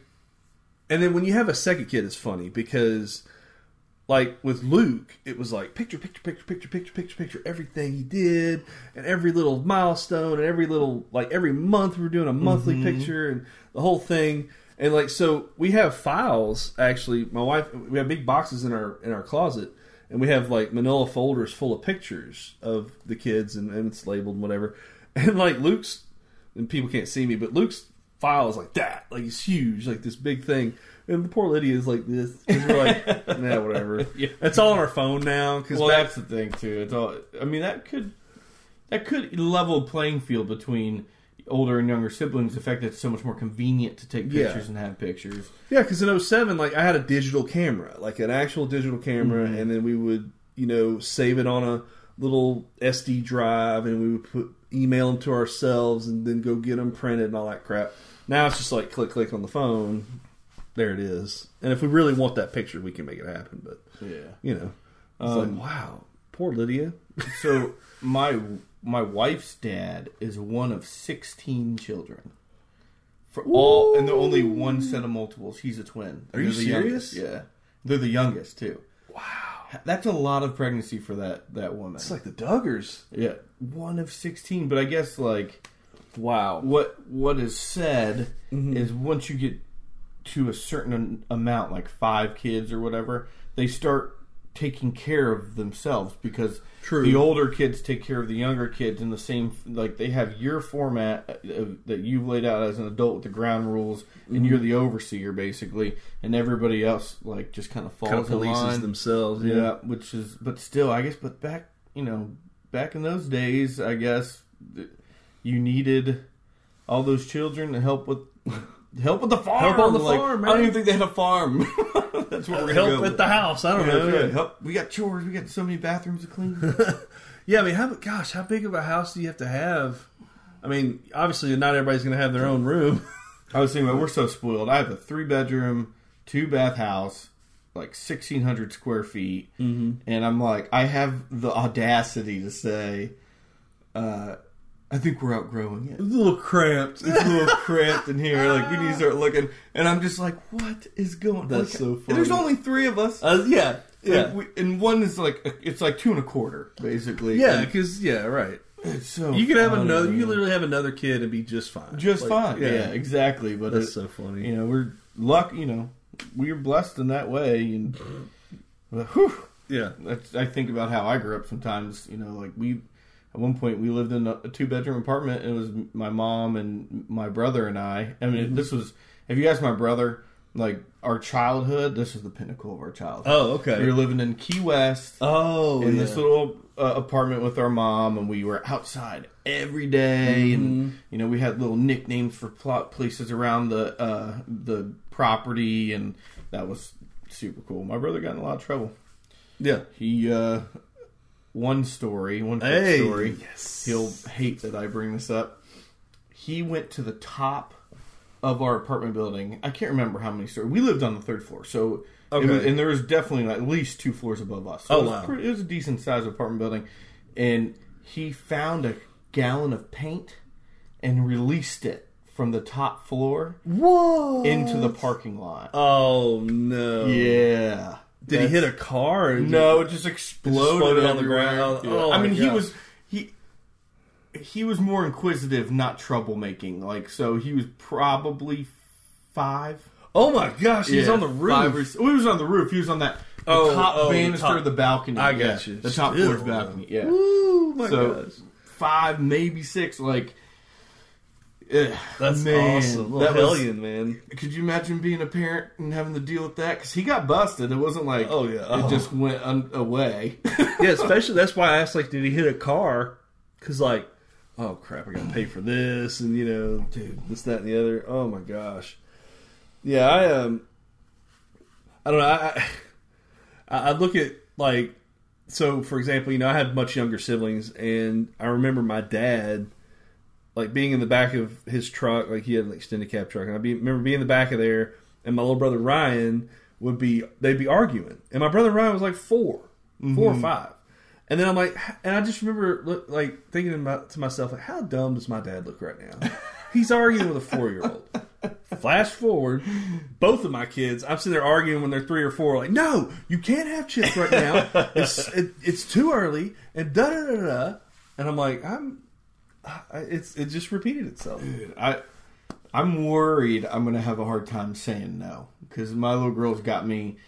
and then when you have a second kid, it's funny because, like with Luke, it was like picture, picture, picture, picture, picture, picture, picture everything he did, and every little milestone, and every little like every month we were doing a monthly picture, and the whole thing, and like so we have files actually. My wife, we have big boxes in our in our closet. And we have like manila folders full of pictures of the kids, and, and it's labeled and whatever. And like Luke's and people can't see me, but Luke's file is like that, like it's huge, like this big thing. And the poor Lydia is like this. 'cause we're like, nah, whatever.
Yeah.
It's all on our phone now. Because
well, that's the thing too. It's all. I mean, that could that could level playing field between older and younger siblings. The fact that it's so much more convenient to take
Yeah.
pictures and have pictures.
yeah, because in 07, like I had a digital camera, like an actual digital camera,
Mm-hmm.
and then we would, you know, save it on a little SD drive, and we would put email them to ourselves, and then go get them printed and all that crap. Now it's just like click, click on the phone. There it is. And if we really want that picture, we can make it happen. But
Yeah.
you know. It's like, wow, poor Lydia.
Um, So my my wife's dad is one of sixteen children. For all and they're only one set of multiples. He's a twin.
Are you
They're the
serious?
youngest. Yeah, they're the youngest too. Wow, that's a lot of pregnancy for that that woman.
It's like the Duggars.
yeah, one of sixteen. But I guess like
Wow. Mm-hmm.
what what is said is once you get to a certain amount, like five kids or whatever, they start taking care of themselves because
True.
the older kids take care of the younger kids in the same like they have your format uh, that you've laid out as an adult with the ground rules
Mm-hmm.
and you're the overseer basically and everybody else like just kind of falls
Kind of
in
polices
line.
themselves. Yeah.
Yeah, which is, but still, I guess, but back, you know, back in those days, I guess th- you needed all those children to help with help with the farm.
Help on the
Like,
farm,
I don't
man.
even think they had a farm. That's what we're gonna
Help
go
at
with.
the house. I don't
Yeah,
know.
that's right.
Yeah.
Help. We got chores. We got so many bathrooms to clean.
Yeah, I mean, how, gosh, how big of a house do you have to have? I mean, obviously, not everybody's going to have their own room.
I was thinking, well, we're so spoiled. I have a three bedroom, two bath house, like sixteen hundred square feet,
Mm-hmm.
and I'm like, I have the audacity to say, uh, I think we're outgrowing it.
a little cramped.
it's a little cramped in here. Like we need to start looking. And I'm just like, what is going?
That's
like,
so
and There's
funny.
only three of us.
Uh, yeah. Yeah.
Like, we, and one is like it's like two and a quarter basically.
yeah,
And
because, yeah, right.
it's so
You could have
funny,
another, you
man.
could literally have another kid and be just fine.
just
Like,
fine. Yeah. exactly. But
That's
it-
so funny.
You know, we're luck. You know, we're blessed in that way. And but, whew,
Yeah.
that's, I think about how I grew up sometimes. You know, like we, at one point, we lived in a two bedroom apartment. And it was my mom and my brother and I. I
Mm-hmm.
mean, this was, if you ask my brother, like our childhood, this is the pinnacle of our childhood.
Oh, okay.
We were living in Key West
oh,
in
yeah.
this little uh, apartment with our mom, and we were outside every day
Mm-hmm.
and you know we had little nicknames for plot places around the uh, the property, and that was super cool. My brother got in a lot of trouble.
yeah.
He uh, one story, one quick
Hey,
story.
yes.
He'll hate that I bring this up. He went to the top of our apartment building. I can't remember how many stories. We lived on the third floor, so it
Okay.
was- and there was definitely at least two floors above us. So
Oh,
it was
wow.
pretty- it was a decent sized apartment building, and he found a gallon of paint and released it from the top floor
Whoa.
into the parking lot.
Oh, no.
yeah.
Did he hit a car? or did-
No, it just exploded,
exploded on the
everywhere.
ground.
Yeah.
Oh
I
my
mean, he
God.
was he. he was more inquisitive, not troublemaking. Like so, he was probably five.
Oh my gosh, he's
Yeah,
on the roof.
Five or, s- well, he was on the roof. He was on that the
Oh,
top
oh, the
banister
top.
of the balcony.
I
yeah,
got you.
The top
Still,
floor
though.
balcony. Yeah.
Oh my
so
gosh.
five, maybe six. Like, ugh,
That's
man,
awesome.
That
Little
was-
hellion, man.
could you imagine being a parent and having to deal with that? Because he got busted. It wasn't like
Oh, yeah.
it
Oh.
just went un- away.
Yeah, especially that's why I asked, like, did he hit a car? Because, like, oh crap, I gotta pay for this, and you know, dude, this, that, and the other. Oh my gosh. Yeah, I um, I don't know. I I, I look at like so for example, you know, I had much younger siblings, and I remember my dad like being in the back of his truck, like he had an extended cab truck, and I be, remember being in the back of there, and my little brother Ryan would be they'd be arguing, and my brother Ryan was like 4 four or five, and then I'm like, h- and I just remember look, like thinking about, to myself, like, how dumb does my dad look right now? He's arguing with a four year old. Flash forward, both of my kids, I'm sitting there arguing when they're three or four, like, no, you can't have chips right now. It's it, it's too early, and da da da da. And I'm like, I'm. I- It's it just repeated itself.
I I'm worried I'm gonna have a hard time saying no because my little girl's got me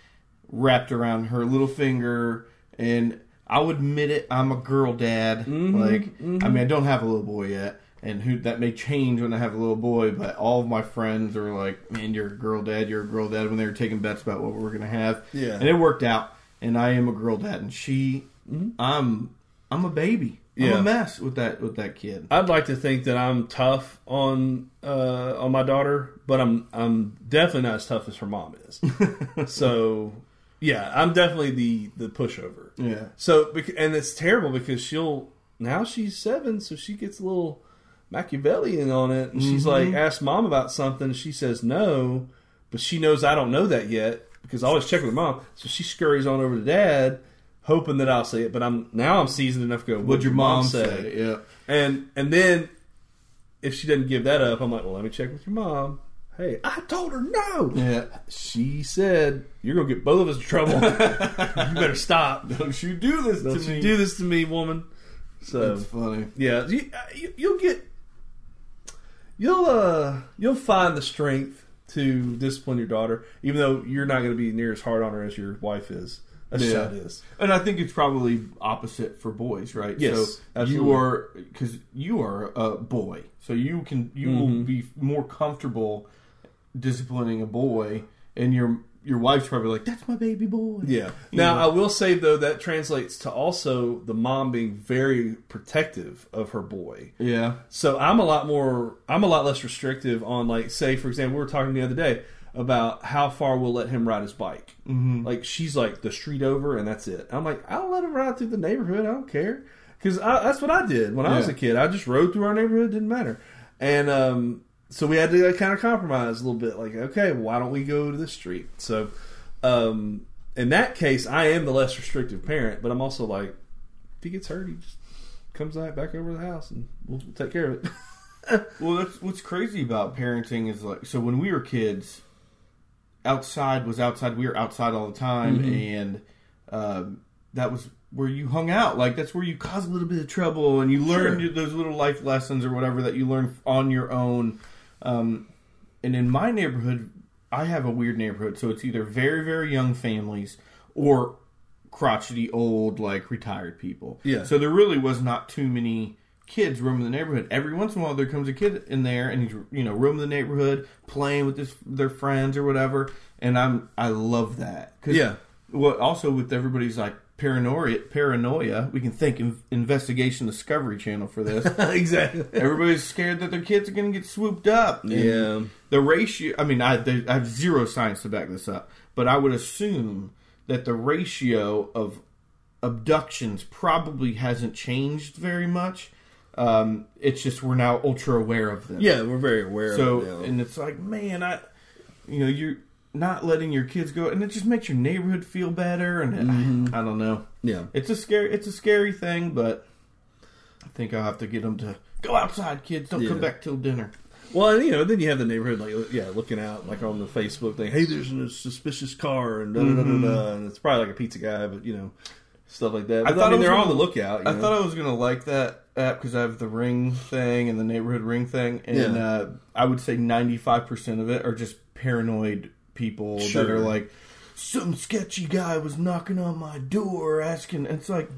wrapped around her little finger, and I'll admit it. I'm a girl dad. like I mean, I don't have a little boy yet. And who that may change when I have a little boy, but all of my friends are like, "Man, you're a girl dad. You're a girl dad." When they were taking bets about what we were gonna have,
Yeah.
and it worked out. And I am a girl dad, and she, I'm, I'm a baby. I'm
Yeah.
a mess with that with that kid.
I'd like to think that I'm tough on uh, on my daughter, but I'm I'm definitely not as tough as her mom is. so yeah, I'm definitely the the pushover.
yeah,
So bec- and it's terrible because she'll now she's seven, so she gets a little Machiavellian on it, and she's like,
Mm-hmm.
asks mom about something, she says no, but she knows I don't know that yet because I always check with mom, so she scurries on over to dad, hoping that I'll say it. But I'm now I'm seasoned enough to go.
What'd your mom, say? Yeah.
And and then if she doesn't give that up, I'm like, well, let me check with your mom. Hey, I told her no.
Yeah.
She said, "You're gonna get both of us in trouble. you better stop.
Don't you do this
Don't
to
you
me.
do this to me, woman." So
That's funny.
yeah, you, uh, you, you'll get you'll uh you'll find the strength to discipline your daughter, even though you're not gonna be near as hard on her as your wife is. That's just how it is.
And I think it's probably opposite for boys, right?
Yes,
so
absolutely.
you are because you are a boy, so you can you will be more comfortable disciplining a boy, and your your wife's probably like, "That's my baby boy."
Yeah. Now
know.
I will say though that translates to also the mom being very protective of her boy.
yeah,
So I'm a lot more I'm a lot less restrictive on like say for example we were talking the other day about how far we'll let him ride his bike. Mm-hmm. Like she's like the street over and that's it. I'm like I'll let him ride through the neighborhood. I don't care because that's what I did when I was
Yeah.
a kid. I just rode through our neighborhood. Didn't matter. And um, so we had to like, kind of compromise a little bit. Like okay, why don't we go to this street? So um, in that case, I am the less restrictive parent, but I'm also like if he gets hurt, he just comes back back over to the house and we'll take care of it.
Well, that's what's crazy about parenting is like so when we were kids, outside was outside. We were outside all the time, and um, that was where you hung out. Like that's where you caused a little bit of trouble, and you learned
Sure.
those little life lessons or whatever that you learned on your own. Um, and in my neighborhood, I have a weird neighborhood, so it's either very very young families or crotchety old like retired people.
Yeah.
So there really was not too many kids roaming the neighborhood. Every once in a while, there comes a kid in there, and he's you know roaming the neighborhood, playing with his their friends or whatever. And I'm I love that. 'Cause
Yeah.
well, also with everybody's like paranoia, paranoia. We can thank in- Investigation Discovery Channel for this.
exactly.
Everybody's scared that their kids are going to get swooped up. And
Yeah.
The ratio, I mean, I, there- I have zero science to back this up, but I would assume that the ratio of abductions probably hasn't changed very much. Um, it's just we're now ultra aware of them.
Yeah, we're very aware
So,
of it now.
and it's like, man, I, you know, you're not letting your kids go, and it just makes your neighborhood feel better. And I, I don't know.
Mm-hmm. Yeah.
It's a scary it's a scary thing, but I think I'll have to get them to go outside, kids. Don't come
Yeah.
back till dinner.
Well, and, you know, then you have the neighborhood, like, yeah, looking out, like on the Facebook thing, hey, there's a suspicious car, and da da da
Mm-hmm.
da, da. And it's probably like a pizza guy, but, you know, stuff like that. But, I,
thought
mean,
it was
they're on
gonna-
the lookout. You
I
know?
thought I was gonna like that app because I have the ring thing and the neighborhood ring thing, and
Yeah.
uh, I would say ninety five percent of it are just paranoid people that
Sure.
are like, some sketchy guy was knocking on my door asking. It's like,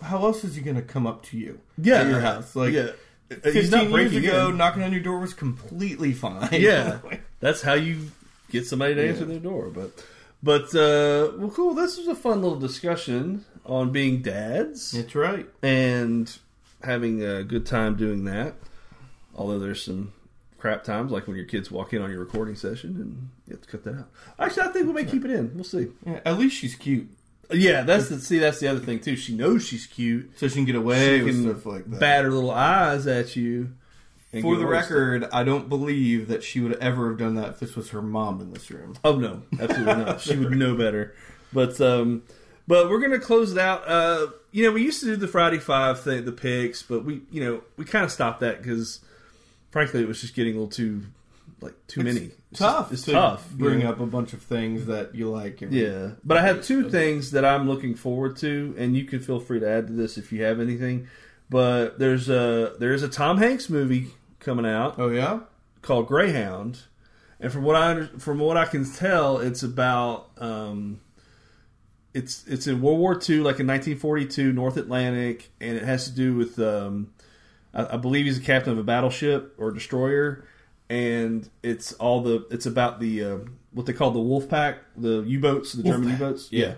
how else is he going to come up to you? at your house, like.
yeah. Uh, He's not
Fifteen years
breaking
ago,
in.
knocking on your door was completely fine.
Yeah, that's how you get somebody to answer their door. But, but uh, well, cool. This was a fun little discussion on being dads
that's right.
and having a good time doing that. Although there's some crap times, like when your kids walk in on your recording session and you have to cut that out. Actually, I think we may keep it in. We'll see.
Yeah, at least she's cute,
Yeah, that's the see. That's the other thing too. She knows she's cute.
so she can get away
She
with
can
stuff like that.
Bat her little eyes at you. and
For
get
the
away with stuff.
record, I don't believe that she would ever have done that if this was her mom in this room.
Oh no, absolutely not. She would know better. But um, but we're gonna close it out. Uh, you know, we used to do the Friday Five thing, the picks, but we you know we kind of stopped that because frankly it was just getting a little too like too many. It's
tough.
just- it's
to
tough. you
Bring
know?
up a bunch of things that you like. And
Yeah, but I have two things that I'm looking forward to, and you can feel free to add to this if you have anything. But there's a there is a Tom Hanks movie coming out
Oh yeah.
called Greyhound, and from what I under- from what I can tell, it's about um, it's it's in World War II, like in 1942, North Atlantic, and it has to do with um, I, I believe he's a captain of a battleship or destroyer, and it's all the it's about the uh, what they call the Wolf Pack, the U boats, the German U boats, yeah,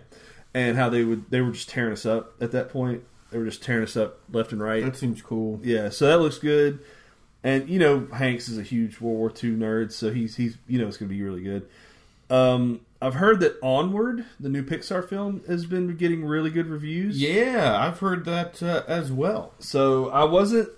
and how they would they were just tearing us up at that point. They were just tearing us up left and right.
That seems cool.
Yeah, so that looks good. And you know, Hanks is a huge World War II nerd, so he's he's you know it's going to be really good. Um, I've heard that Onward, the new Pixar film, has been getting really good reviews.
Yeah, I've heard that uh, as well.
So I wasn't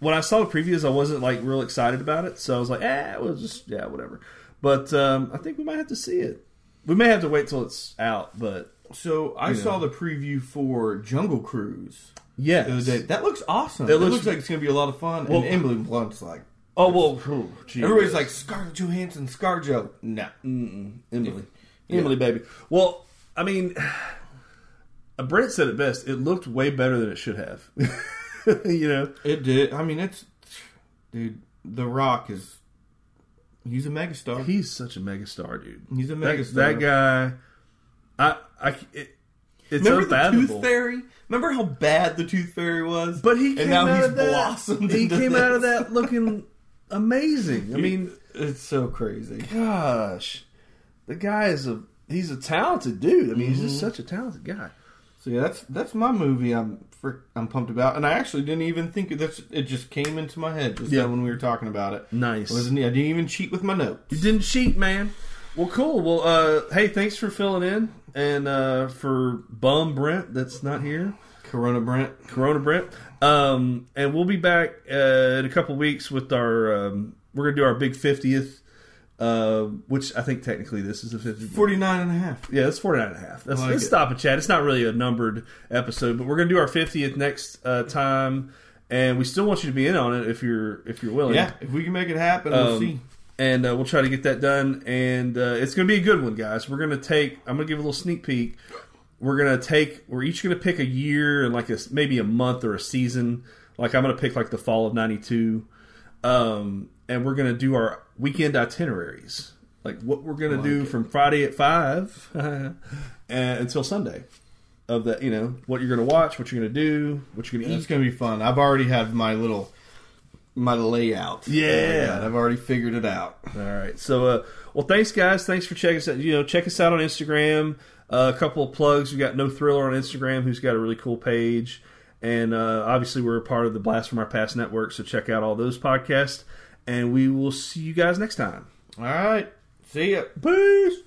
when I saw the previews, I wasn't like real excited about it. So I was like, eh, we'll just yeah, whatever. But um, I think we might have to see it. We may have to wait till it's out, but
So I saw the preview for Jungle Cruise
yeah,
the other day. That looks awesome.
That
That
looks-
looks, like it's going to be a lot of fun.
Well-
and Emily Blunt's like,
Oh well, phew, geez.
everybody's like Scarlett Johansson, ScarJo. No,
Mm. Emily. Emily, baby. Well, I mean, Brent said it best. It looked way better than it should have. you know?
it did. I mean, it's dude. The Rock is he's a megastar.
He's such a megastar, dude.
He's a
That,
megastar.
that guy, I, I, it, it's
Remember the
unfathomable.
Tooth Fairy? Remember how bad the Tooth Fairy was?
but he came
and now
out
he's
of that,
blossomed.
He
into
came
this.
out of that looking amazing. I mean,
It's so crazy.
gosh, the guy is a he's a talented dude. I mean, he's just such a talented guy.
So yeah, that's that's my movie. I'm frick, I'm pumped about, and I actually didn't even think of this. It just came into my head just
Yeah.
now when we were talking about it.
Nice.
I wasn't- I didn't even cheat with my notes.
You didn't cheat, man. Well, cool. Well, uh, hey, thanks for filling in and uh, for bum Brent that's not here,
Corona Brent.
Corona Brent. Um, and we'll be back uh, in a couple weeks with our. Um, we're gonna do our big fiftieth, uh, which I think technically this is the fiftieth.
49 and a half.
Yeah, it's 49 and a half. That's,
I like
let's
it.
stop it, Chad. It's not really a numbered episode, but we're going to do our 50th next uh, time. And we still want you to be in on it if you're if you're willing.
Yeah, if we can make it happen, we'll
Um,
see.
and uh, we'll try to get that done. And uh, it's going to be a good one, guys. We're going to take. I'm going to give a little sneak peek. We're going to take. We're each going to pick a year and like a maybe a month or a season. Like I'm going to pick like the fall of '92, um, and we're going to do our weekend itineraries. Like what we're going to do from Friday at five and, until Sunday. Of that, you know, what you're going to watch, what you're going to do, what you're going to
It's
eat.
gonna be fun. I've already had my little my layout.
Yeah.
I've already figured it out.
All right. So, uh, well, thanks, guys. Thanks for checking us out. You know, check us out on Instagram. Uh, a couple of plugs. We got No Thriller on Instagram, who's got a really cool page. And uh, obviously, we're a part of the Blast from Our Past network. So, check out all those podcasts. And we will see you guys next time.
All right. See ya.
Peace.